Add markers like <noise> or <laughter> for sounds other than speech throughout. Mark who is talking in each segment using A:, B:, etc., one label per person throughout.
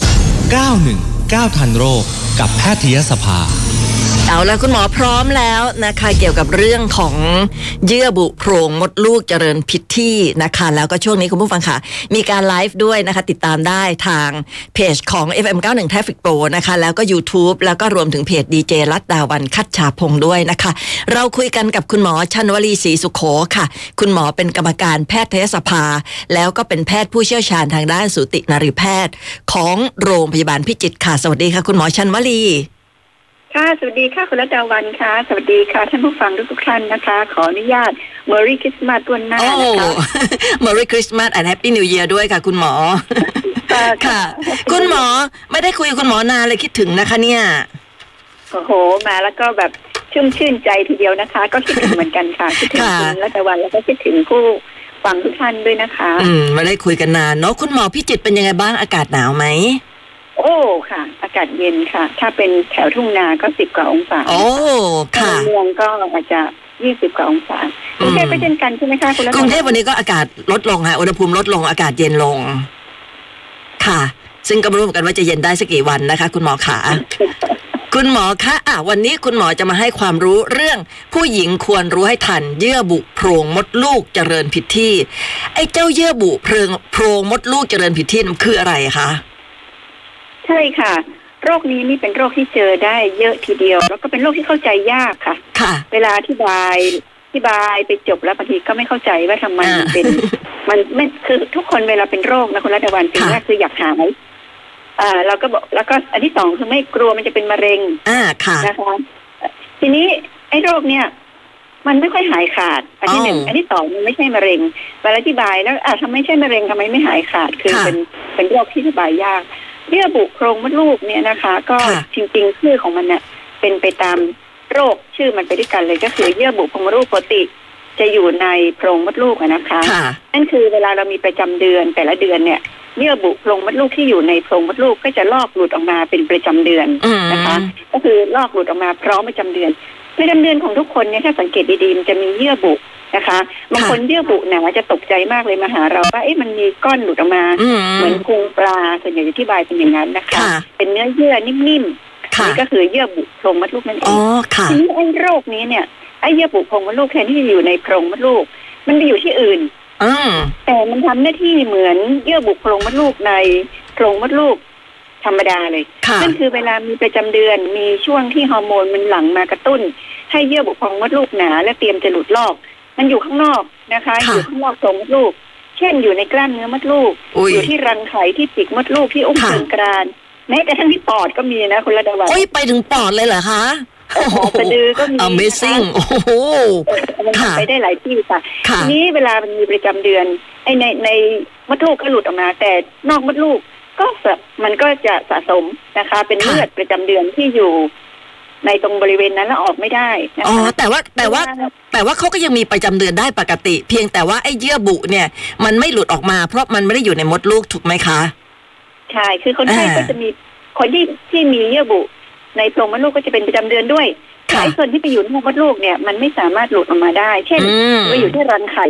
A: 919ทันโรคกับแพทยสภา
B: เอาละคุณหมอพร้อมแล้วนะคะ เกี่ยวกับเรื่องของเยื่อบุโพรงมดลูกเจริญผิดที่นะคะ แล้วก็ช่วงนี้คุณผู้ฟังค่ะ มีการไลฟ์ด้วยนะคะ ติดตามได้ทางเพจของ FM91 Traffic Pro นะคะ แล้วก็ YouTube แล้วก็รวมถึงเพจดีเจรัตดาวันคัดชาพงศ์ด้วยนะคะ เราคุยกันกับคุณหมอชันวลีศรีสุโขค่ะ คุณหมอเป็นกรรมการแพทยสภา แล้วก็เป็นแพทย์ผู้เชี่ยวชาญทางด้านสูตินรีแพทย์ ของโรงพยาบาลพิจิตรค่ะสวัสดีค่ะ คุณหมอชันวลี
C: ค่ะ สวัสดีค่ะ คุณรัตดาวันค่ะ สวัสดีค่ะ ท่านผู้ฟังทุกๆท่านนะคะ ขออนุญาต Merry Christmas ต้วนหน้า
B: โอ้
C: นะคะ
B: ม e รี y คริสต์มาสแอนแฮปปี้นิวเยียด้วยค่ะ คุณหมอ
C: ค่ะ
B: ค่ะ คุณหมอไม่ได้คุยกับคุณหมอนานเลยคิดถึงนะคะเนี่ย
C: โอ้โห มาแล้วก็แบบชุ่มชื่นใจทีเดียวนะคะ ก็คิดถึงเหมือนกันค่ะ คิดถึง
B: ค่ะ
C: คุณรัตดาวันแล้วก็คิดถึงผู้ฟังทุกท่านด้วยนะคะ
B: อืมไม่ได้คุยกันนานเนาะคุณหมอพี่จิตรเป็นยังไงบ้างอากาศหนาวไหม
C: โอ้ค่ะ อากาศเย็นค่ะ ถ้าเป็นแถวทุ่งนาก็สิบกว่าองศา
B: โอ้
C: ถ้า
B: ค่ะ
C: ในเมืองก็อาจจะยี่สิบกว่าองศา
B: อืม
C: กรุงเทพก็เช่นกันใช่ไหมคะคุณรัต
B: ก
C: ดา
B: รุงเทพวันนี้ก็อากาศลดลงค่ะอุณหภูมิลดลงอากาศเย็นลง ค่ะ ซึ่งก็ไม่รู้เหมือนกันว่าจะเย็นได้สักกี่วันนะคะ คุณหมอขา คุณหมอคะอ่ะวันนี้คุณหมอจะมาให้ความรู้เรื่อง ผู้หญิงควรรู้ให้ทัน เยื่อบุโพรงมดลูกเจริญผิดที่ ไอ้เจ้าเยื่อบุเพรงโพรงมดลูกเจริญผิดที่มันคืออะไรคะ
C: ใช่ค่ะ โรคนี้นี่เป็นโรคที่เจอได้เยอะทีเดียว แล้วก็เป็นโรคที่เข้าใจยากค่ะ
B: ค่ะ
C: เวลาอธิบายอธิบายไปจบแล้วบางทีก็ไม่เข้าใจว่าทำไม
B: อ่ามั
C: มันเป็น มันไม่คือทุกคนเวลาเป็นโรคนะคุณรัตวันสิ่ง
B: ค่ะ
C: แรกคืออยากหายอ่าเราก็บอกแล้วก็อันที่สองคือไม่กลัวมันจะเป็นมะเร็ง
B: อ่าค่ะ
C: นะคะเอ่อทีนี้ไอ้โรคเนี่ย มันไม่ค่อยหายขาด อันที่หนึ่ง
B: อ๋ออั
C: อันที่สองมันไม่ใช่มะเร็งเวลาอธิบายแล้วอ่าทำไมไม่ใช่มะเร็งทำไมไม่หายขาดคือ
B: ค่ะ
C: เป็นเป็นโรคที่อธิบายยากเยื่อบุโครงมดลูกเนี่ยนะคะ ก็
B: ค่ะ
C: จริงๆชื่อของมันเนี่ยเป็นไปตาม โรคชื่อมันไปด้วยกันเลยก็คือเยื่อบุโพรงมดลูกปกติ จะอยู่ในโพรงมดลูกอะนะคะ
B: ค่ะ
C: นั่นคือเวลาเรามีประจำเดือนแต่ละเดือนเนี่ยเยื่อบุโพรงมดลูกที่อยู่ในโพรงมดลูกก็จะลอกหลุดออกมาเป็นประจำเดือน
B: อืม
C: นะคะ ก็คือลอกหลุดออกมาพร้อมประจำเดือนประจำเดือนของทุกคนเนี่ยถ้าสังเกตดีๆมันจะมีเยื่อบุนะคะบางคนเยื่อบุหนาจะตกใจมากเลยมาหาเราว่าเอ๊ะมันมีก้อนหลุดออกมา
B: อื
C: เหมื
B: ม
C: อนพุงปลาส่วนใหญ่จะอธิบายเป็นอย่างนั้นนะคะ
B: ค่ะ
C: เป็นเนื้อเยื่อนิ่มๆ
B: ค่ะ
C: นี่ก็คือเยื่อบุโพรงมดลูกนั่นเอ
B: อ๋อง ค่ะ
C: ทีนี้ไอ้โรคนี้เนี่ยไอ้เยื่อบุโพรงมดลูกแทนที่จะอยู่ในโพรงมดลูก มันไปอยู่ที่อื่น
B: อืม
C: แต่มันทำหน้าที่เหมือนเยื่อบุโพรงมดลูกในโพรงมดลูกธรรมดาเลย
B: ค่ะ
C: นั่นคือเวลามีประจำเดือนมีช่วงที่ฮอร์โมนมันหลั่งมากระตุ้น ให้เยื่อบุโพรงมดลูกหนา และเตรียมจะหลุดลอก มันอยู่ข้างนอกนะคะ อยู่ข้างนอกโพรงมดลูก เช่นอยู่ในกล้ามเนื้อมดลูก
B: อุ้ย
C: อยู่ที่รังไข่ที่ปีกมดลูกที่อุ้ง
B: ค่ะ
C: เชิงกรานแม้กระทั่งที่ปอดก็มีนะคุณระดาวัน
B: โอ้ยไปถึงปอดเลยเหรอคะโอ้โห
C: สะดือก็มีนะคะ
B: Amazing โอ้โห
C: มัน
B: ค่ะ
C: ไปได้หลายที่ค่ะ
B: ค่ะ
C: ทีนี้เวลามันมีประจำเดือนไอในในมดลูกก็หลุดออกมา แต่นอกมดลูกก็สะมันก็จะสะสมนะคะ เป็น
B: ค่ะ
C: เลือดประจำเดือนที่อยู่ ในตรงบริเวณนั้นแล้วออกไม่ได้นะ
B: อ๋อ
C: คะ
B: แต่ว่าแต่ว่า แต่ว่าเขาก็ยังมีประจำเดือนได้ปกติ เพียงแต่ว่าไอ้เยื่อบุเนี่ย มันไม่หลุดออกมา เพราะมันไม่ได้อยู่ในมดลูกถูกไหมคะ
C: ใช่คือคนไข้
B: อ่า
C: ก็จะมีคนที่ที่มีเยื่อบุ ในโพรงมดลูกก็จะเป็นประจำเดือนด้วยแต่
B: ค่ะ
C: ไอ้ส่วนที่ไปอยู่ในมดลูกเนี่ย มันไม่สามารถหลุดออกมาได้ เช่น
B: อืม
C: ไปอยู่ที่รังไข่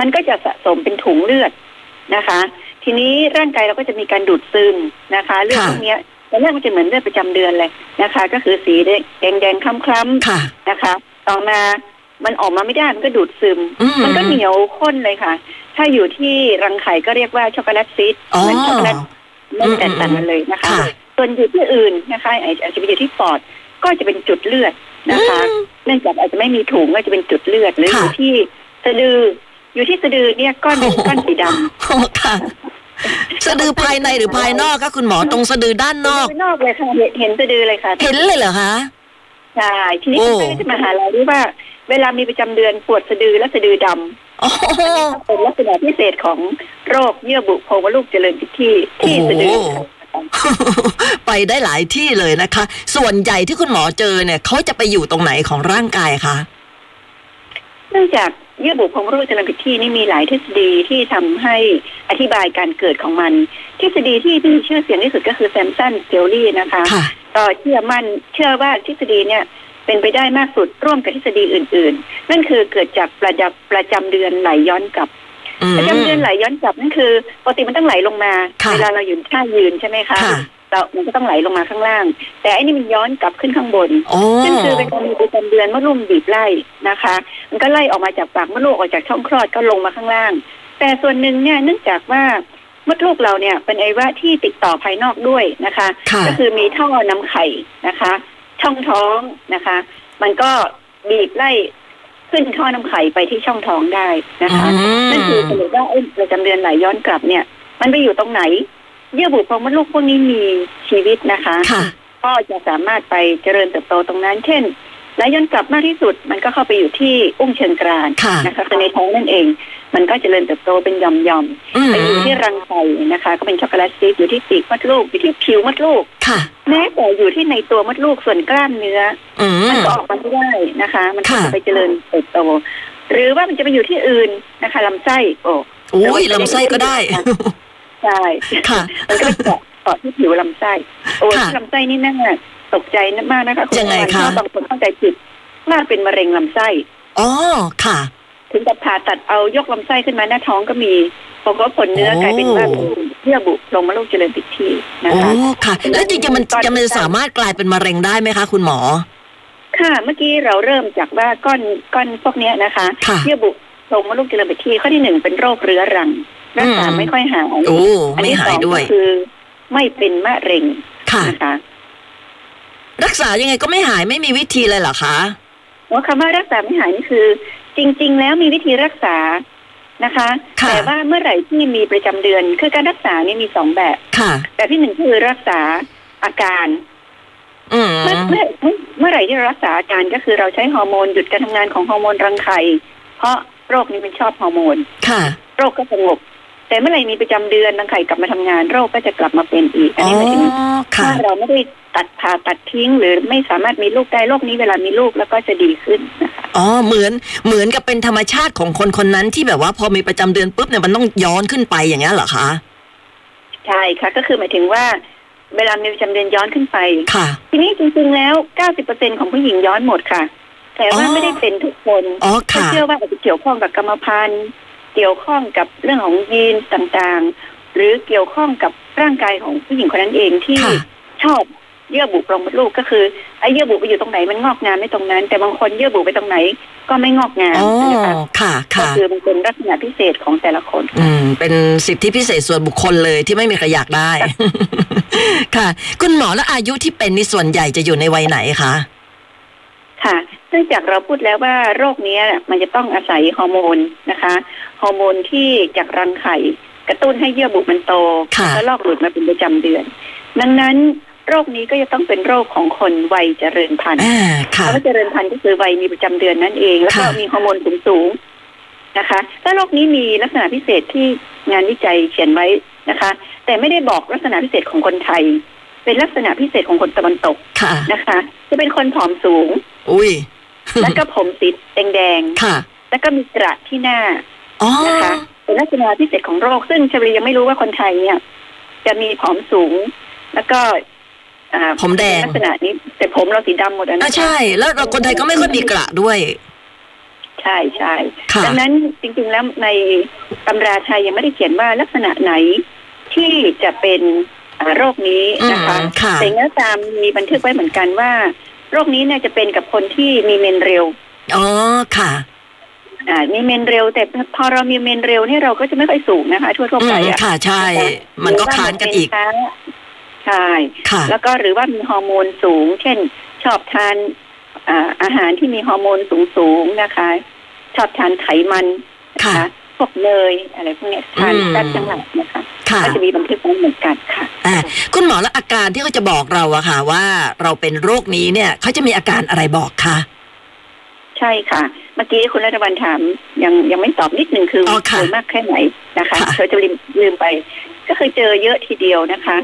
C: มันก็จะสะสมเป็นถุงเลือดนะคะ ทีนี้ร่างกายเราก็จะมีการดูดซึมนะคะ เลือดพวกเนี้ยตอนแรกมันจะเหมือนเลือดประจำเดือนเลยนะคะ ก็คือสีแดงแดงๆคล้ำๆ
B: ค่ะ
C: นะคะ ต่อมามันออกมาไม่ได้มันก็ดูดซึม
B: อืม
C: มันก็เหนียวข้นเลยค่ะ ถ้าอยู่ที่รังไข่ก็เรียกว่าช็อกโกแลตซีด
B: อ๋อ
C: เหมืนช็อกโกแลตไม่แตกต่างกันเลยนะคะ
B: ค่ะ
C: ส่วนอยู่ที่อื่นนะคะ อาจจะไปอยู่ที่ปอดก็จะเป็นจุดเลือดนะคะ
B: อืม
C: เนื่องจากอาจจะไม่มีถุงก็จะเป็นจุดเลือดหรืออ
B: ค่ะ
C: ยู่ที่สะดือ อยู่ที่สะดือเนี่ยก้อนหนึ่ง
B: โอ้โห
C: ก้อนสีดำ
B: โอ้ค่ะ สะดือภายในหรือภายนอกคะคุณหมอตรงสะดือด้านนอก
C: สะดืนอกเลยค่ะเห็นเห็นสะดือเลยค่ะ
B: เห็นเลยเหรอคะ
C: ใช่ทีนี้
B: โอ้
C: คุณแม่ก็จะมาหาเราด้วยว่า เวลามีประจำเดือนปวดสะดือและสะดือด
B: โอ้โห
C: ำเป็นลักษณะพิเศษของโรคเยื่อบุโพรงมดลูกเจริญผิดที่ที่สะดือ
B: โอ้โห ไปได้หลายที่เลยนะคะ ส่วนใหญ่ที่คุณหมอเจอเนี่ยเขาจะไปอยู่ตรงไหนของร่างกายคะ
C: เนื่องจากเยื่อบุโพรงมดลูกเจริญผิดที่นี่มีหลายทฤษฎีที่ทำให้อธิบายการเกิดของมัน ทฤษฎีที่มีชื่อเสียงที่สุดก็คือแซมสันเทลลี่นะคะ
B: ค่ะ
C: ก็เชื่อมั่นเชื่อว่าทฤษฎีเนี่ยเป็นไปได้มากสุดร่วมกับทฤษฎีอื่น ๆ นั่นคือเกิดจากประดับประจำเดือนไหลย้อนกลับ
B: อืม
C: ประจำเดือนไหลย้อนกลับนั่นคือปกติมันต้องไหลลงมา
B: ค่ะ
C: เวลาเราอยู่ท่ายืนใช่ไหมคะ
B: ค่ะ
C: เรามันก็ต้องไหลลงมาข้างล่าง แต่อันนี้มันย้อนกลับขึ้นข้างบน
B: อ๋อ
C: นั่นคือเป็นการมีประจำเดือนมดลูกบีบไล่นะคะ มันก็ไล่ออกมาจากปากมดลูกออกจากช่องคลอดก็ลงมาข้างล่าง แต่ส่วนหนึ่งเนี่ยเนื่องจากว่ามดลูกเราเนี่ยเป็นไอวะที่ติดต่อภายนอกด้วยนะคะ
B: ค่ะ
C: ก็คือมีท่อนำไข่นะคะ ช่องท้องนะคะ มันก็บีบไล่ขึ้นท่อนำไข่ไปที่ช่องท้องได้นะคะ
B: อืม
C: นั่นคือสรุปว่าไอ้ประจำเดือนไหลย้อนกลับเนี่ย มันไปอยู่ตรงไหน เยื่อบุโพรงมดลูกพวกนี้มีชีวิตนะคะ
B: ค่ะ
C: ก็จะสามารถไปเจริญเติบโตตรงนั้น เช่นไหลย้อนกลับมากที่สุด มันก็เข้าไปอยู่ที่อุ้งเชิงกราน
B: ค่ะ
C: นะคะคือในท้องนั่นเอง มันก็เจริญเติบโตเป็นหย่อม
B: อื
C: ๆ
B: ม
C: ไปอยู่ที่รังไข่นะคะ ก็เป็นช็อกโกแลตซีดอยู่ที่ปีกมดลูกอยู่ที่ผิวมดลูก
B: ค่ะ
C: แม้แต่อยู่ที่ในตัวมดลูกส่วนกล้ามเนื้อ
B: อื
C: มัน
B: ม
C: ก็ออกมาไม่ได้นะคะ มันก็
B: ค่ะ
C: จะไปเจริญเติบโต หรือว่ามันจะไปอยู่ที่อื่นนะคะลำไส้โอ้
B: โอ้ยลำไส้ก็ได้
C: ใช่
B: ค่ะ
C: มันก็ไปเกาะเกาะที่ผิวลำไส้โอ้
B: ค่ะ
C: ที่ลำไส้นี่น่าตกใจมากนะคะณ
B: ยังไงคะ
C: เพราว่าบางคนเข้าใจผิดว่าเป็นมะเร็งลำไส้
B: อ๋อ ค่ะ
C: ถึงกับผ่าตัดเอายกลำไส้ขึ้นมาหน้าท้องก็มีพอก็ผลเนื้อกลายเป็นว่า
B: โอ้
C: เยื่อบุลงมาลูกเจริญติดที่นะ
B: โอ้
C: คะ
B: ค่ะ แล้วจริงๆมันจะมันสามารถกลายเป็นมะเร็งได้ไหมคะ คุณหมอ
C: ค่ะ เมื่อกี้เราเริ่มจากว่าก้อนก้อนพวกเนี้ยนะคะ
B: ค่ะ
C: เยื่อบุลงมดลูกเจริญไปที่ข้อที่หนึ่งเป็นโรคเรื้อรังรักษา
B: อืม
C: ไม่ค่อยหาย
B: โอ้
C: อัน
B: ไม่
C: ที่ส
B: หา
C: อย ง
B: ด้วย
C: ก็คือไม่เป็นมะเร็ง
B: ค่ะ
C: นะคะ
B: รักษายังไงก็ไม่หายไม่มีวิธีเลยเหรอคะ
C: ว่าคำว่ารักษาไม่หายนี่คือ จริง ๆ แล้วมีวิธีรักษานะคะ
B: ค่ะ
C: แต่ว่าเมื่อไหร่ที่มีประจำเดือน คือการรักษาเนี่ยมีสองแบบ
B: ค่ะ
C: แบบที่หนึ่งคือรักษาอาการ
B: อืม
C: เมื่อเมื่อเมื่อเมื่อไหร่ที่เรารักษาอาการก็คือเราใช้ฮอร์โมนหยุดการทำงานของฮอร์โมนรังไข่เพราะโรคนี้มันชอบฮอร์โมน
B: ค่ะ
C: โรคก็สงบ แต่เมื่อไหร่มีประจำเดือนรังไข่กลับมาทำงาน โรคก็จะกลับมาเป็นอีก อัน
B: อ๋อ
C: นี้หมายถึง
B: ค่ะ
C: ถ้าเราไม่ได้ตัดผ่าตัดทิ้ง หรือไม่สามารถมีลูกได้โรคนี้เวลามีลูกแล้วก็จะดีขึ้นนะคะ
B: อ๋อ เหมือน เหมือนกับเป็นธรรมชาติของคนคนนั้นที่แบบว่าพอมีประจำเดือนปุ๊บเนี่ยมันต้องย้อนขึ้นไปอย่างเงี้ยเหรอคะ
C: ใช่ค่ะ ก็คือหมายถึงว่า เวลามีประจำเดือนย้อนขึ้นไป
B: ค่ะ
C: ทีนี้จริงๆแล้ว 90%ของผู้หญิงย้อนหมดค่ะ แต่ว่า
B: อ๋อ
C: ไม่ได้เป็นทุกคน
B: อ๋อ
C: ก็
B: ค่ะ
C: เชื่อว่าอาจจะเกี่ยวข้องกับกรรมพันธุ์ เกี่ยวข้องกับเรื่องของยีนต่างๆ หรือเกี่ยวข้องกับร่างกายของผู้หญิงคนนั้นเองที่
B: ค่ะ
C: ชอบเยื่อบุโพรงมดลูกก็คือไอ้เยื่อบุไปอยู่ตรงไหนมันงอกงามไม่ตรงนั้น แต่บางคนเยื่อบุไปตรงไหนก็ไม่งอกงาม
B: อ๋อ
C: นะคะ
B: ค่ะ
C: ก็
B: ค่ะ
C: คือมันเป็นลักษณะพิเศษของแต่ละคน
B: อืม เป็นสิทธิพิเศษส่วนบุคคลเลยที่ไม่มีใครอยากได้ <laughs> ค่ะ คุณหมอแล้วอายุที่เป็นนี่ส่วนใหญ่จะอยู่ในวัยไหนคะ
C: ค่ะเนื่องจากเราพูดแล้วว่าโรคเนี้ยมันจะต้องอาศัยฮอร์โมนนะคะฮอร์โมนที่จากรังไข่กระตุ้นให้เยื่อบุมันโต
B: ค่ะ
C: แล้วลอกหลุดมาเป็นประจำเดือน ดังนั้นโรคนี้ก็จะต้องเป็นโรคของคนวัยเจริญพันธุ์
B: อ่า ค่ะ
C: คำว่าเจริญพันธุ์ก็คือวัยมีประจำเดือนนั่นเอง แล้วก็
B: ค่ะ
C: มีฮอร์โมนสูงสูงๆนะคะและโรคนี้มีลักษณะพิเศษที่งานวิจัยเขียนไว้นะคะ แต่ไม่ได้บอกลักษณะพิเศษของคนไทย เป็นลักษณะพิเศษของคนตะวันตก
B: ค่ะ
C: นะคะ จะเป็นคนผอมสูง
B: อุ้ย
C: <laughs> แล้วก็ผมสีแดง
B: ค่ะ
C: ๆแล้วก็มีกระที่หน้า
B: อ๋อ
C: นะคะ เป็นลักษณะพิเศษของโรค ซึ่งชลียังไม่รู้ว่าคนไทยเนี่ย จะมีผอมสูง แล้วก็อ่า
B: ผมแดง
C: ลักษณะนี้แต่ผมเราสีดำหมดอะ
B: อ่ะ
C: นะคะ
B: ใช่ แล้วเราคนไทยก็ไม่ค่อยมีกระด้วย
C: ใช่ใช่
B: ค่ะ
C: ดังนั้นจริงๆแล้วในตำราไทยยังไม่ได้เขียนว่าลักษณะไหนที่จะเป็นอ่าโรคนี้นะคะ
B: อืมค่ะ
C: แต่เนื้อตามมีบันทึกไว้เหมือนกันว่า โรคนี้เนี่ยจะเป็นกับคนที่มีเมนเร็ว
B: อ๋อ ค่ะ
C: อ่ามีเมนเร็ว แต่พอเรามีเมนเร็วเนี่ยเราก็จะไม่ค่อยสูงนะคะ ทั่วทั่ว
B: อื
C: ๆไป
B: ม
C: อะ
B: ค่ะ ใช่ มันก็ค้านกันอีก
C: หรืว่ามันเป็นช้าใช่
B: ค่ะ
C: แล้วก็หรือว่ามีฮอร์โมนสูง เช่น ชอบทานอ่าอาหารที่มีฮอร์โมนสูงสูงๆนะคะ ชอบทานไขมันนะ
B: ค่ะ
C: คะพวกเนยอะไรพวกเนี้ยทาน
B: อืม
C: แซ่บทั้งหลายนะคะ
B: ค่ะ
C: ก็จะมีบันทึกไว้เหมือนกันค่ะ
B: อ่าคุณหมอแล้วอาการที่เขาจะบอกเราอะค่ะ ว่าเราเป็นโรคนี้เนี่ยเขาจะมีอาการอะไรบอกคะ
C: ใช่ค่ะ เมื่อกี้คุณรัตวันถามยังยังไม่ตอบนิดหนึ่งคือ
B: อ๋อค่ะ
C: เจอมากแค่ไหนนะคะ
B: ค่ะ
C: เธอจะลืมลืมไป ก็คือเจอเยอะทีเดียวนะคะ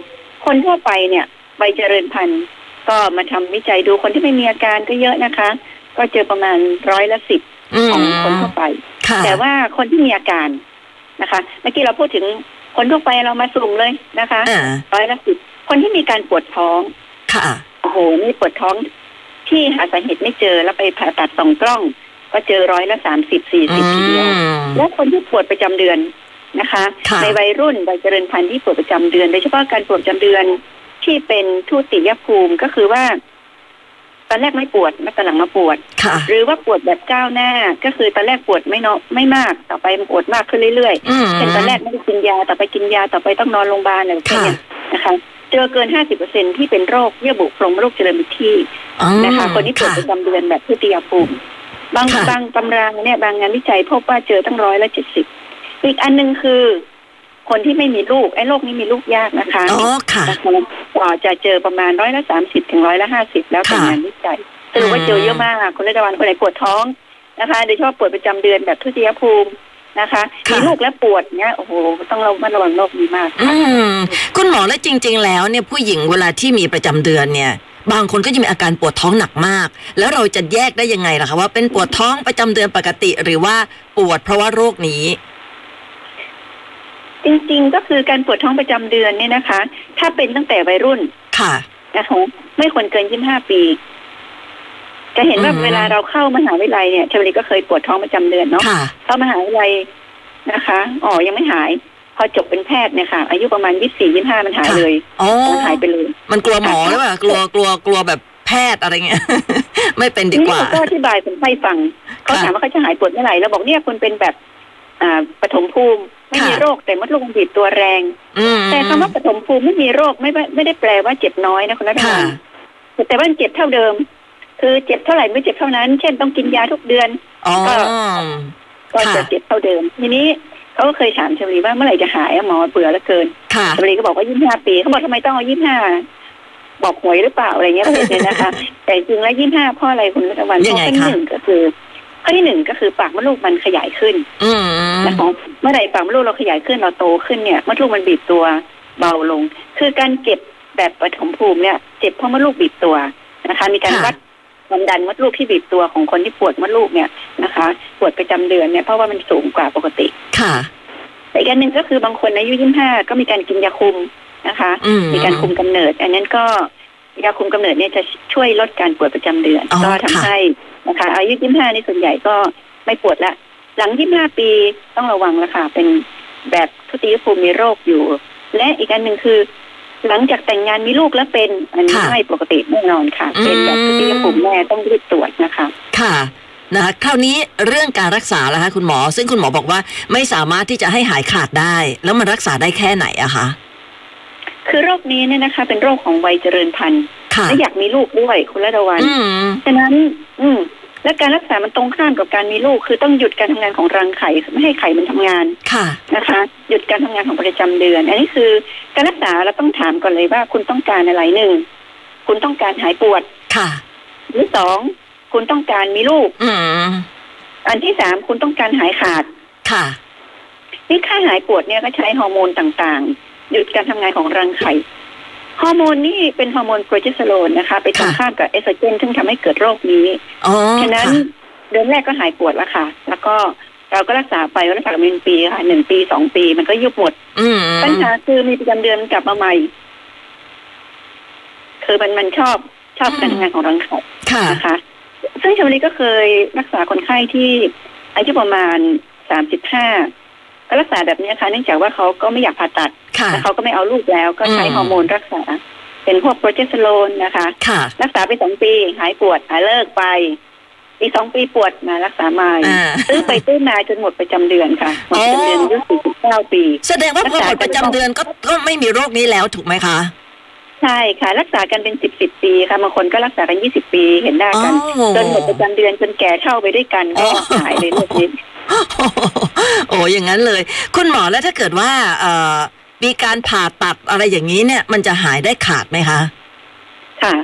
C: คนทั่วไปเนี่ยใบเจริญพันธุ์ก็มาทำวิจัยดูคนที่ไม่มีอาการก็เยอะนะคะ ก็เจอประมาณร้อยละสิบ
B: อื
C: ของ
B: ม
C: คนทั่วไป
B: ค่ะ
C: แต่ว่าคนที่มีอาการนะคะเมื่อกี้เราพูดถึงคนทั่วไปเรามาสุ่มเลยนะคะ
B: อ่า
C: ร้อยละสิบคนที่มีการปวดท้อง
B: ค่ะ
C: โอ้โหนี่ปวดท้องที่หาสาเหตุไม่เจอแล้วไปผ่าตัดสองกล้อง ก็เจอร้อยละสามสิบสี่
B: อื
C: สิบทีเดียว
B: ม
C: แล้วคนที่ปวดประจำเดือนนะคะ
B: ค่ะ
C: ในวัยรุ่นวัยเจริญพันธุ์ที่ปวดประจำเดือนโดยเฉพาะการปวดประจำเดือน ที่เป็นทุติยภูมิก็คือว่า ตอนแรกไม่ปวดมาตอนหลังมาปวด
B: ค่ะ
C: หรือว่าปวดแบบก้าวหน้า ก็คือตอนแรกปวดไม่เนาะไม่มาก ต่อไปมันปวดมากขึ้นเรื่อย
B: อืม
C: ๆเช่นตอนแรกไม่ได้กินยาต่อไปกินยาต่อไปต้องนอนโรงพยาบาลอะไรแบบนี้
B: ค่ะ
C: นะคะเจอเกิน 50%ที่เป็นโรคเยื่อบุโพรงโรคเจริญพิธี
B: อืม
C: นะคะ คนที่ปวด
B: ะ
C: ประจำเดือนแบบทุติยภูมิบาง
B: ค่ะ
C: บางตำราเนี่ยบางงานวิจัยพบว่าเจอตั้งร้อยละเจ็ดสิบอีกอันหนึงคือ คนที่ไม่มีลูกไอ้โรคนี้มีลูกยากนะคะ
B: อ๋อค่ะ
C: นะคะกว่าจะเจอประมาณร้อยละสามสิบถึงร้อยละห้าสิบแล้วแต่
B: ค่ะ
C: งานวิจัยสรุปว่าเจอเยอะมากค่ะคนรัฐบาลคนไหนปวดท้องนะคะโดยเฉพาะปวดประจำเดือนแบบทุติยภูมินะคะมีลูกและปวดเนี้ยโอ้โหต้องระมัดระวังโรคนี้มาก
B: อืมคุณหมอและจริง ๆ แล้วเนี่ยผู้หญิงเวลาที่มีประจำเดือนเนี่ย บางคนก็จะมีอาการปวดท้องหนักมาก แล้วเราจะแยกได้ยังไงล่ะคะว่าเป็นปวดท้องประจำเดือนปกติ หรือว่าปวดเพราะว่าโรคนี้
C: จริงๆ ก็คือการปวดท้องประจำเดือนเนี่ยนะคะ ถ้าเป็นตั้งแต่วัยรุ่น
B: ค่ะ
C: นะคะไม่ควรเกินยี่สิบห้าปี จะเห็นว่า
B: อืม
C: เวลาเราเข้ามหาวิทยาลัยเนี่ยชวลีก็เคยปวดท้องประจำเดือนเนาะ
B: ค่ะ
C: เข้ามหาวิทยาลัยนะคะอ๋อยังไม่หาย พอจบเป็นแพทย์เนี่ยค่ะ อายุประมาณยี่สี่ยี่ห้ามันหาย
B: ค่ะ
C: เลย
B: อ๋อ
C: มันหายไปเลย
B: มันกลัวหมอหรือเปล่ากลัวกลัวกลัวแบบแพทย์อะไรเงี้ย <laughs> ไม่เป็นดี
C: นี่
B: กว่า
C: เราก็อธิบายคนไข้ฟังเขาถามว่าเขาจะหายปวดเมื่อไหร่เราบอกเนี่ยคุณเป็นแบบ อ่าปฐมภูมิไม่มี
B: ค่ะ
C: โรคแต่มดลูกมันบีบตัวแรง
B: อืม
C: แต่คำว่าปฐมภูมิไม่มีโรคไม่ไม่ไม่ได้แปลว่าเจ็บน้อยนะคุณนัท
B: ค่ะ
C: พงแต่ว่าเจ็บเท่าเดิม คือเจ็บเท่าไหร่ไม่เจ็บเท่านั้น เช่นต้องกินยาทุกเดือน
B: อ๋อ
C: ก็จะ
B: ค่ะ
C: เจ็บเท่าเดิม ทีนี้เขาก็เคยถามเชลีว่าเมื่อไหร่จะหายอะหมอเบื่อเหลือเกิน
B: ค่ะ
C: บรีก็บอกว่ายี่ห้าปีเขาบอกทำไมต้องเอายี่ห้าบอกหวยหรือเปล่าอะไรเงี้ยประเด็นเนี่ย
B: <laughs>
C: นะคะ แต่จริงแล้วยี่ห้าเพราะอะไรคุณรัตวัน
B: ยังไงคะ
C: ข้อที่หนึ่งก็คือข้อที่หนึ่งก็คือปากมดลูกมันขยายขึ้น
B: อืม
C: นะคะเมื่อไหร่ปากมดลูกเราขยายขึ้นเราโตขึ้นเนี่ยมดลูกมันบีบตัวเบาลง คือการเจ็บแบบปฐมภูมิเนี่ยเจ็บเพราะมดลูกบีบตัวนะคะ มีการวัดความดันมดลูกที่บีบตัวของคนที่ปวดมดลูกเนี่ยนะคะปวดประจำเดือนเนี่ยเพราะว่ามันสูงกว่าปกติ
B: ค่ะ
C: แต่อีกอันหนึ่งก็คือบางคนอายุยี่ห้าก็มีการกินยาคุมนะคะ
B: อืม
C: มีการคุมกำเนิด อันนั้นก็ยาคุมกำเนิดเนี่ยจะช่วยลดการปวดประจำเดือน
B: อ๋อ
C: ก็
B: ค่ะ
C: ทำให้นะคะ อายุยี่ห้านี่ส่วนใหญ่ก็ไม่ปวดละ หลังยี่ห้าปีต้องระวังละค่ะ เป็นแบบทุติยภูมิมีโรคอยู่ และอีกอันหนึ่งคือ หลังจากแต่งงานมีลูกแล้วเป็น อันนี้
B: ค่ะ
C: ไม่ปกติแน่นอนค่ะ เป็นแบบทุติยภูมิ
B: อืม
C: แม่ต้องรีบตรวจนะคะ
B: ค่ะนะคะคราวนี้เรื่องการรักษาแล้วคะคุณหมอ ซึ่งคุณหมอบอกว่าไม่สามารถที่จะให้หายขาดได้ แล้วมันรักษาได้แค่ไหนอะคะ
C: คือโรคนี้เนี่ยนะคะ เป็นโรคของวัยเจริญพันธุ์
B: ค่ะ
C: และอยากมีลูกด้วยคุณระดวัน
B: อืม
C: ฉะนั้น อืม และการรักษามันตรงข้ามกับการมีลูก คือต้องหยุดการทำงานของรังไข่ไม่ให้ไข่มันทำงาน
B: ค่ะ
C: นะคะ หยุดการทำงานของประจำเดือน อันนี้คือ การรักษาเราต้องถามก่อนเลยว่าคุณต้องการอะไรหนึ่งคุณต้องการหายปวด
B: ค่ะ
C: หรือสองคุณต้องการมีลูก
B: อืม
C: อันที่สามคุณต้องการหายขาด
B: ค่ะ
C: นี่ค่าหายปวดเนี่ยก็ใช้ฮอร์โมนต่างๆ หยุดการทำงานของรังไข่ ฮอร์โมนนี่เป็นฮอร์โมนโปรเจสเตอโรนนะคะ ไปตรง
B: ค่ะ
C: ข้ามกับเอสโตรเจนซึ่งทำให้เกิดโรคนี้
B: อ๋อ
C: ฉะนั้น
B: ค่ะ
C: เดือนแรกก็หายปวดแล้วค่ะ แล้วก็เราก็รักษาไปรักษาเป็นปีค่ะหนึ่งปีสองปีมันก็ยุบหมด
B: อืม
C: ปัญหาคือมีประจำเดือนกลับมาใหม่ คือมันมันชอบชอบการทำงานของรังไข่
B: ค่ะ
C: นะคะ ซึ่งชมรีก็เคยรักษาคนไข้ที่อายุประมาณสามสิบห้าก็รักษาแบบนี้ค่ะ เนื่องจากว่าเขาก็ไม่อยากผ่าตัด
B: ค่ะ
C: แล้วเขาก็ไม่เอาลูกแล้ว ก็ใช้
B: อืม
C: ฮอร์โมนรักษา เป็นพวกโปรเจสเตอโรนนะคะ
B: ค่ะ
C: รักษาไปสองปีหายปวดหายเลิกไป อีกสองปีปวดมารักษาใหม่
B: อ่า
C: ตื้อไปตื้อมาจนหมดประจำเดือนค่ะหมด
B: อ๋อ
C: ประจำเดือนอายุสี่สิบเก้าปี
B: แสดงว่าพอหมดประจำเดือนก็ก็ไม่มีโรคนี้แล้วถูกไหมคะ
C: ใช่ค่ะ รักษากันเป็นสิบสิบปีค่ะบางคนก็รักษากันยี่สิบปีเห็นหน้ากัน
B: อ๋อ
C: จนหมดประจำเดือนจนแก่เท่าไปด้วยกันก็หายเลยโรคนี้
B: โอ้อย่างนั้นเลย คุณหมอแล้วถ้าเกิดว่าเอ่อมีการผ่าตัดอะไรอย่างนี้เนี่ย มันจะหายได้ขาดไหมคะ
C: ค่ะ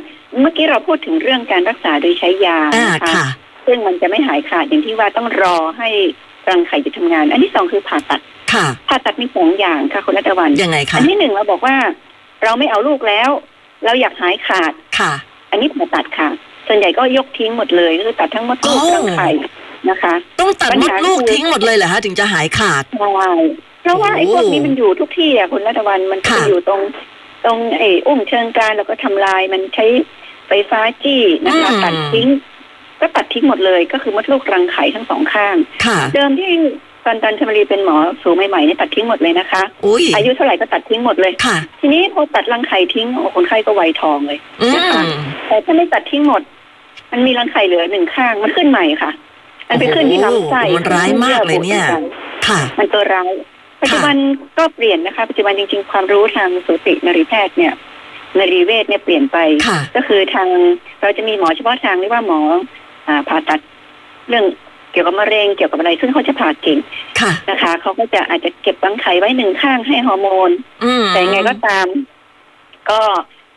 C: เมื่อกี้เราพูดถึงเรื่องการรักษาโดยใช้ยา
B: อ่า
C: นะคะ
B: ค่ะ
C: ซึ่งมันจะไม่หายขาดอย่างที่ว่าต้องรอให้รังไข่หยุดทำงาน อันที่สองคือผ่าตัด
B: ค่ะ
C: ผ่าตัดมีสองอย่างค่ะคุณรัตวัน
B: ยังไงคะ
C: อันที่หนึ่งเราบอกว่าเราไม่เอาลูกแล้ว เราอยากหายขาด
B: ค่ะ
C: อันนี้ผ่าตัดค่ะ ส่วนใหญ่ก็ยกทิ้งหมดเลยก็คือตัดทั้งมดลูก
B: โอ้
C: ทั้งไข่นะคะ
B: ต้องตัด
C: ปัญ
B: มด
C: หา
B: ลูก
C: คือ
B: ทิ้งหมดเลยเหรอคะถึงจะหายขาด
C: ใช่เพราะว่าไอ้
B: โอ้
C: พวกนี้มันอยู่ทุกที่อ่ะคุณรัตวันมันก็
B: ค่ะ
C: อยู่ตรงตรงไอ้อุ้งเชิงกรารแล้วก็ทำลายมันใช้ไฟฟ้าจี้นะคะตัดทิ้ง ก็ตัดทิ้งหมดเลย ก็คือมดลูกรังไข่ทั้งสองข้าง
B: ค่ะ
C: เดิมที่ ตอนตอนชมรีเป็นหมอสูงใหม่ๆเนี่ยตัดทิ้งหมดเลยนะคะ
B: อุ้ย
C: อายุเท่าไหร่ก็ตัดทิ้งหมดเลย
B: ค่ะ
C: ทีนี้พอตัดรังไข่ทิ้งโอ้คนไข้ก็ไวยทองเลย
B: อืม
C: แต่ถ้าไม่ตัดทิ้งหมด มันมีรังไข่เหลือหนึ่งข้าง มันขึ้นใหม่ค่ะ มันไปขึ้นที่ลำไส้
B: โอ้โหมันร้ายมากเลยเนี่ย ค่ะ
C: มันตัวร้าย ปัจจุบันก็เปลี่ยนนะคะ ปัจจุบันจริง ๆ ความรู้ทางสูตินรีแพทย์เนี่ยนรีเวชเนี่ยเปลี่ยนไป
B: ค่ะ
C: ก็คือทางเราจะมีหมอเฉพาะทางเรียกว่าหมออ่าผ่าตัด เรื่องเกี่ยวกับมะเร็งเกี่ยวกับอะไร ซึ่งเขาจะผ่าเก่ง
B: ค่ะ
C: นะคะเขาก็จะอาจจะเก็บรังไข่ไว้หนึ่งข้างให้ฮอร์โมน
B: อืม
C: แต่ยังไงก็ตาม ก็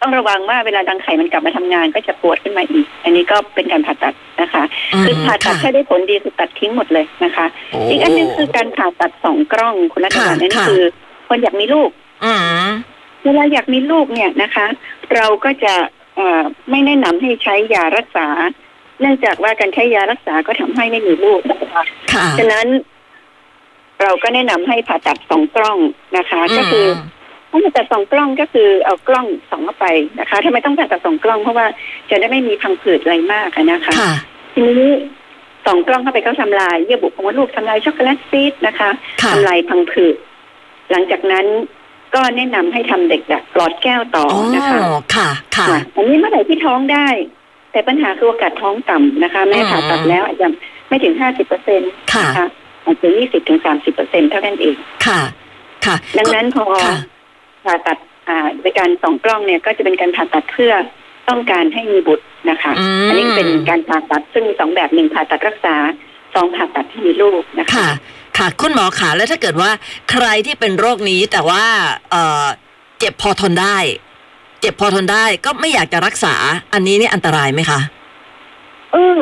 C: ต้องระวังว่าเวลาดังไข่มันกลับมาทำงานก็จะปวดขึ้นมาอีก อันนี้ก็เป็นการผ่าตัดนะคะ
B: ม
C: คือผ่าตัด
B: ค่ะ
C: ถ้าได้ผลดีคือตัดทิ้งหมดเลยนะคะ
B: โ
C: อีกอันหนึงคือการผ่าตัดสองกล้องคุณรัตนา
B: ค่ะ
C: นั่น
B: ค่ะ
C: คือ คนอยากมีลูก
B: อืม
C: เวลาอยากมีลูกเนี่ยนะคะ เราก็จะเอ่อไม่แนะนำให้ใช้ยารักษา เนื่องจากว่าการใช้ยารักษาก็ทำให้ไม่มีลูกนะคะ
B: ค่ะ
C: ฉะนั้น เราก็แนะนำให้ผ่าตัดสองกล้องนะคะ ก็คือ
B: ม
C: ถ้าจะตัดสองกล้องก็คือเอากล้องสองเข้าไปนะคะทำไมต้องตัดสองกล้องเพราะว่าจะได้ไม่มีพังผืดอะไรมากอะนะคะ
B: ค่ะ
C: ทีนี้สองกล้องเข้าไปก็ทำลายเยื่อบุของมดลูกทำลายช็อกโกแลตซีดนะคะ
B: ค่ะ
C: ทำลายพังผืดหลังจากนั้นก็แนะนำให้ทำเด็กดักหลอดแก้วต่อ
B: อ๋อ
C: นะคะ
B: ค่ะ ค่ะ
C: ค่ะอันนี้เมื่อไหร่ที่ท้องได้ แต่ปัญหาคือโอกาสท้องต่ำนะคะแม่
B: อืม
C: ผ่าตัดแล้วอาจจะไม่ถึงห้าสิบเปอร์เซ็นต์
B: ค่ะ
C: นะคะอาจจะยี่สิบถึงสามสิบเปอร์เซ็นต์เท่านั้นเอง
B: ค่ะ ค่ะ
C: ดังนั้นพอ
B: ค่ะ
C: ผ่าตัดอ่าในการส่องกล้องเนี่ยก็จะเป็นการผ่าตัดเพื่อต้องการให้มีบุตรนะคะ
B: ม
C: นนี้เป็นการผ่าตัดซึ่งมีสองแบบหนึ่งผ่าตัดรักษาสองผ่าตัดที่มีลูกนะคะ
B: ค่ะ ค่ะ คุณหมอขาแล้วถ้าเกิดว่าใครที่เป็นโรคนี้แต่ว่า เอ่อ เจ็บพอทนได้ เจ็บพอทนได้ก็ไม่อยากจะรักษา อันนี้เนี่ยอันตรายไหมคะ
C: เออ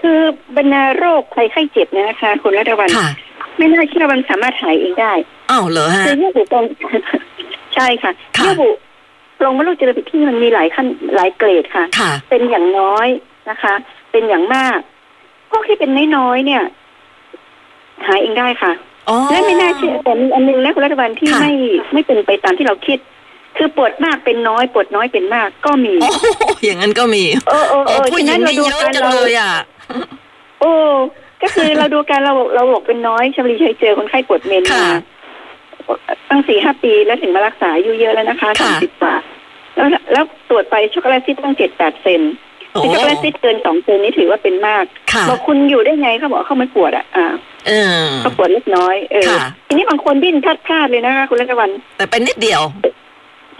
C: คือบรรณาโรคภัยไข้เจ็บเนี่ยนะคะ คุณรัตวัน
B: ค่ะ
C: ไม่น่าเชื่อมันสามารถหายเองได้
B: อ้าวเหรอฮะ
C: คือเยื่อบุตรง <laughs> ใช่ค่ะ
B: ค่ะ
C: เยื่อบุโพรงมดลูกจุลปิดที่มันมีหลายขั้นหลายเกรดค่ะ
B: ค่ะ
C: เป็นอย่างน้อยนะคะ เป็นอย่างมากพวกที่เป็นน้อยๆเนี่ย หายเองได้ค่ะ
B: อ๋อ
C: และไม่น่าเชื่อแต่มีอันนึงนะคุณรัฐบาลที่
B: ค่ะ
C: ไม่ไม่เป็นไปตามที่เราคิด คือปวดมากเป็นน้อย ปวดน้อยเป็นมากก็มี
B: โอ้โหอย่างนั้นก็มี
C: เออเออเอ
B: โอ้
C: อ
B: ผู้ห
C: ฉะ
B: ญิ
C: นั้
B: ง
C: นเรา
B: มี
C: ดู
B: เยอะ
C: การ
B: จัง
C: เรา
B: เลยอ่ะ
C: โอ้ก็คือเราดูการเราเราบอกเป็นน้อยชมรีเคยเจอคนไข้ปวดเมนมา
B: ค่ะ
C: ตั้งสี่ห้าปีแล้วถึงมารักษาอายู่เยอะแล้วนะคะสา
B: ค่ะ
C: มสิบกว่าแล้วแล้วตรวจไปช็อกโกแลตซิสตั้งเจ็ดแปดเซน
B: โอ้
C: คือช็อกโกแลตซิสเกินสองเซนนี่ถือว่าเป็นมาก
B: ค่ะ
C: บอกคุณอยู่ได้ไงเขาบอกเขามันปวดอ่ะอ่า
B: เออ
C: ก็ปวดเล็กน้อยเออ
B: ค่ะ
C: ทีนี้บางคนดิ้นพลาดพลาดๆเลยนะคะคุณรัตวัน
B: แต่เป็นนิดเดียว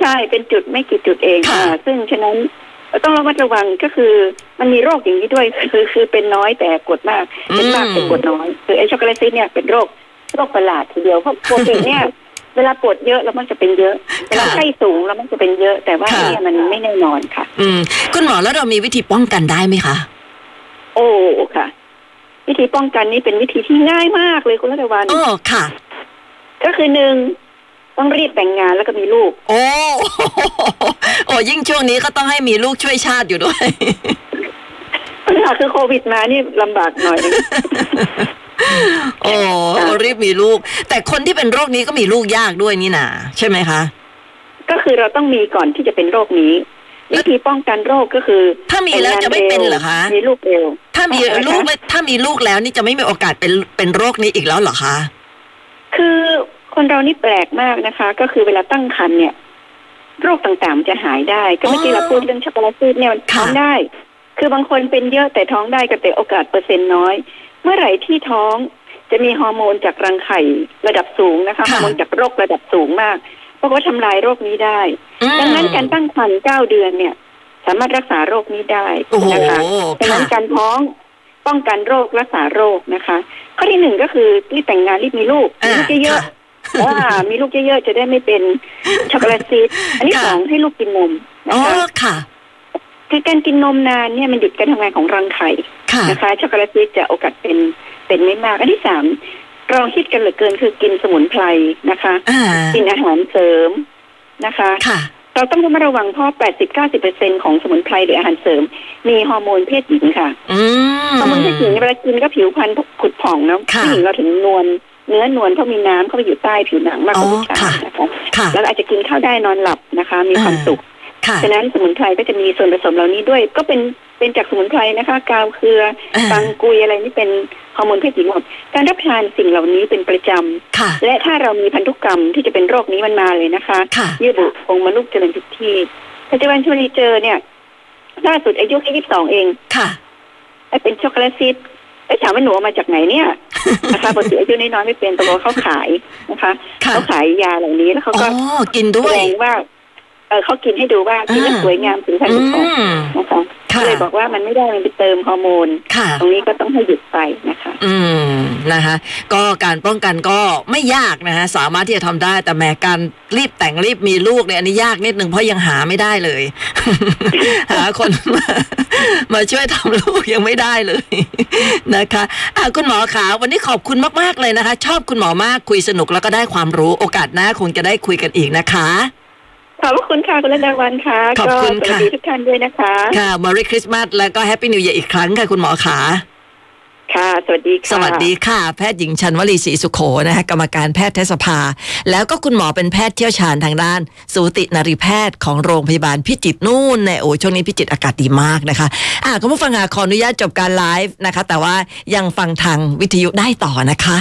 C: ใช่เป็นจุดไม่กี่จุดเอง
B: ค่ะ
C: อ่าซึ่งฉะนั้นต้องระมัดระวังก็คือ มันมีโรคอย่างนี้ด้วย <laughs> คือคือเป็นน้อยแต่กดมากเป็นมากแต่กดน้อยคือไอ้ช็อกโกแลตซีสเนี่ยเป็นโรคโรคประหลาดทีเดียวเพราะปกติเนี่ย เวลาปวดเยอะแล้วมันจะเป็นเยอะเวลาไข้สูงแล้วมันจะเป็นเยอะ แต่ว่า
B: ค่ะ
C: เนี่ยมันไม่แน่นอนค่ะ
B: อืม คุณหมอแล้วเรามีวิธีป้องกันได้ไหมคะ
C: โอ้ค่ะ วิธีป้องกันนี้เป็นวิธีที่ง่ายมากเลยคุณรัตวัน
B: อ๋อ ค่ะ
C: ก็คือหนึ่งต้องรีบแต่งงานแล้วก็มีลูก <laughs>
B: โอ้ <laughs> โอ้ยิ่งช่วงนี้ก็ต้องให้มีลูกช่วยชาติอยู่ด้วย
C: ปัญหาคือโควิดมานี่ลำบาก
B: <laughs>
C: หน่อย
B: โอ้รีบมีลูก แต่คนที่เป็นโรคนี้ก็มีลูกยากด้วยนี่นาใช่ไหมคะ
C: ก็คือเราต้องมีก่อนที่จะเป็นโรคนี้ วิธีป้องกันโรคก็คือ
B: ถ้ามีแล้วจะไม่เป็นเหรอคะ
C: มีลูกเร็ว
B: ถ้ามีลูกแล้วถ้ามีลูกแล้วนี่จะไม่มีโอกาสเป็นเป็นโรคนี้อีกแล้วเหรอคะ
C: คือคนเรานี่แปลกมากนะคะ ก็คือเวลาตั้งครรภ์เนี่ย โรคต่างๆมันจะหายได้ ก็เมื่อกี้
B: อ๋อ
C: เราพูดเรื่องช็อกโกแลตซีดเนี่ยมันท้อง
B: ค่ะ
C: ได้ คือบางคนเป็นเยอะแต่ท้องได้กับแต่โอกาสเปอร์เซ็นต์น้อย เมื่อไหร่ที่ท้องจะมีฮอร์โมนจากรังไข่ระดับสูงนะคะฮอร์โมนจากโรคระดับสูงมากเพราะว่าทำลายโรคนี้ได้
B: อืม
C: ดังนั้นการตั้งครรภ์เก้าเดือนเนี่ย สามารถรักษาโรคนี้ได้
B: โอ้โห
C: นะคะดัง
B: ค่ะ
C: นั้นการท้องป้องกันโรครักษาโรคนะคะ ข้อที่หนึ่งก็คือรีบแต่งงานรีบมีลูกมี
B: อ่า
C: ลูกเย
B: ค่ะ
C: อะๆอ่ามีลูกเยอะๆจะได้ไม่เป็นช็อกโกแลตซีดอันที่
B: ค่ะ
C: สองให้ลูกกินนมนะ
B: อ๋อ
C: คะ
B: ค่ะ
C: คือการกินนมนานเนี่ยมันหยุดการทำงานของรังไข่
B: ค่ะ
C: นะคะช็อกโกแลตซีดจะโอกาสเป็นเป็นไม่มาก อันที่สามเราฮิตกันเหลือเกินคือกินสมุนไพรนะคะ
B: อ่า
C: กินอาหารเสริมนะคะ
B: ค่ะ
C: เราต้องระมัดระวังเพราะ 80-90%ของสมุนไพรหรืออาหารเสริม มีฮอร์โมนเพศหญิงค่ะ
B: อืม
C: ฮอร์โมนเพศหญิงเวลากินก็ผิวพรรณขุดผ่องเนาะ
B: ค่ะ
C: ผู้หญิงเราถึงนวลเนื้อนวลเพราะมีน้ำเข้าไปอยู่ใต้ผิวหนังมากกว่า
B: อ๋อ
C: ผู้ชายนะคะ
B: ค่ะ
C: แล้วอาจจะกินข้าวได้นอนหลับนะคะ มีความ
B: อ่า
C: สุข
B: ค่ะ
C: ฉะนั้นสมุนไพรก็จะมีส่วนผสมเหล่านี้ด้วย ก็เป็นเป็นจากสมุนไพรนะคะกาวเครือ
B: อ่า
C: บางกุยอะไรนี่เป็นฮอร์โมนเพศหญิงหมดการรับประทานสิ่งเหล่านี้เป็นประจ
B: ค่ะ
C: ำและถ้าเรามีพันธุกรรมที่จะเป็นโรคนี้มันมาเลยนะคะ
B: ค่ะ
C: เยื่อบุโพรงมนุษย์เจริญผิดที่ปัจจุบันชวนีเจอเนี่ยล่าสุดอายุแค่ยี่สิบสองเอง
B: ค่ะ
C: ไอ้เป็นช็อกโกแลตซิดไอ้ถามว่าหนูเอามาจากไหน
B: <laughs>
C: เนี่ย นะคะปกติอายุน้อยๆไม่เป็นแต่ว่าเขาขายนะคะ
B: ค่ะ
C: เขาขายยาเหล่านี้แล้วเขา
B: อ๋
C: ก็
B: อ กินด้ว
C: แส
B: ย
C: ดงว่าเอ่อเขากินให้ดูว่ากินแล้ว
B: อ่า
C: สวยงามถึงพัน
B: อื
C: ธุ์ของ
B: ม
C: นะคะ
B: ค่ะ
C: ก็เลยบอกว่ามันไม่ได้มันไปเติมฮอร์โมน
B: ค่ะ
C: ตรงนี้ก็ต้องให้หยุดไปนะคะ
B: อืมนะคะ ก็การป้องกันก็ไม่ยากนะฮะสามารถที่จะทำได้แต่แหมการรีบแต่งรีบมีลูกเนี่ยอันนี้ยากนิดนึงเพราะยังหาไม่ได้เลย <laughs> หาคน <laughs> มามาช่วยทำลูกยังไม่ได้เลยนะคะอ่ะคุณหมอขาวันนี้ขอบคุณมากๆเลยนะคะ ชอบคุณหมอมากคุยสนุกแล้วก็ได้ความรู้โอกาสหน้าคงจะได้คุยกันอีกนะคะ
C: ขอบพระคุณค่ะคุณระดาวันค่ะ
B: ขอบ
C: ก็
B: คุณ
C: สวัส
B: ค่ะ
C: ดีทุกท่านด้วยนะคะ
B: ค่ะม e รี y คริสต์มาสแล้วก็แฮปปี้นิว e a r อีกครั้งค่ะคุณหมอขา
C: ค่ะ สวัสดีค่ะ
B: สวัสดีค่ะ แพทย์หญิงชันวลีศรีสุโขนะคะกรรมการแพทยสภา แล้วก็คุณหมอเป็นแพทย์เชี่ยวชาญทางด้าน สูตินรีแพทย์ของโรงพยาบาลพิจิตรนู่นในยโอ้ช่วงนี้พิจิตรอากาศดีมากนะคะอ่ะคุณผู้ฟังอ่ะขออนุญาตจบการไลฟ์นะคะ แต่ว่ายังฟังทางวิทยุได้ต่อนะคะ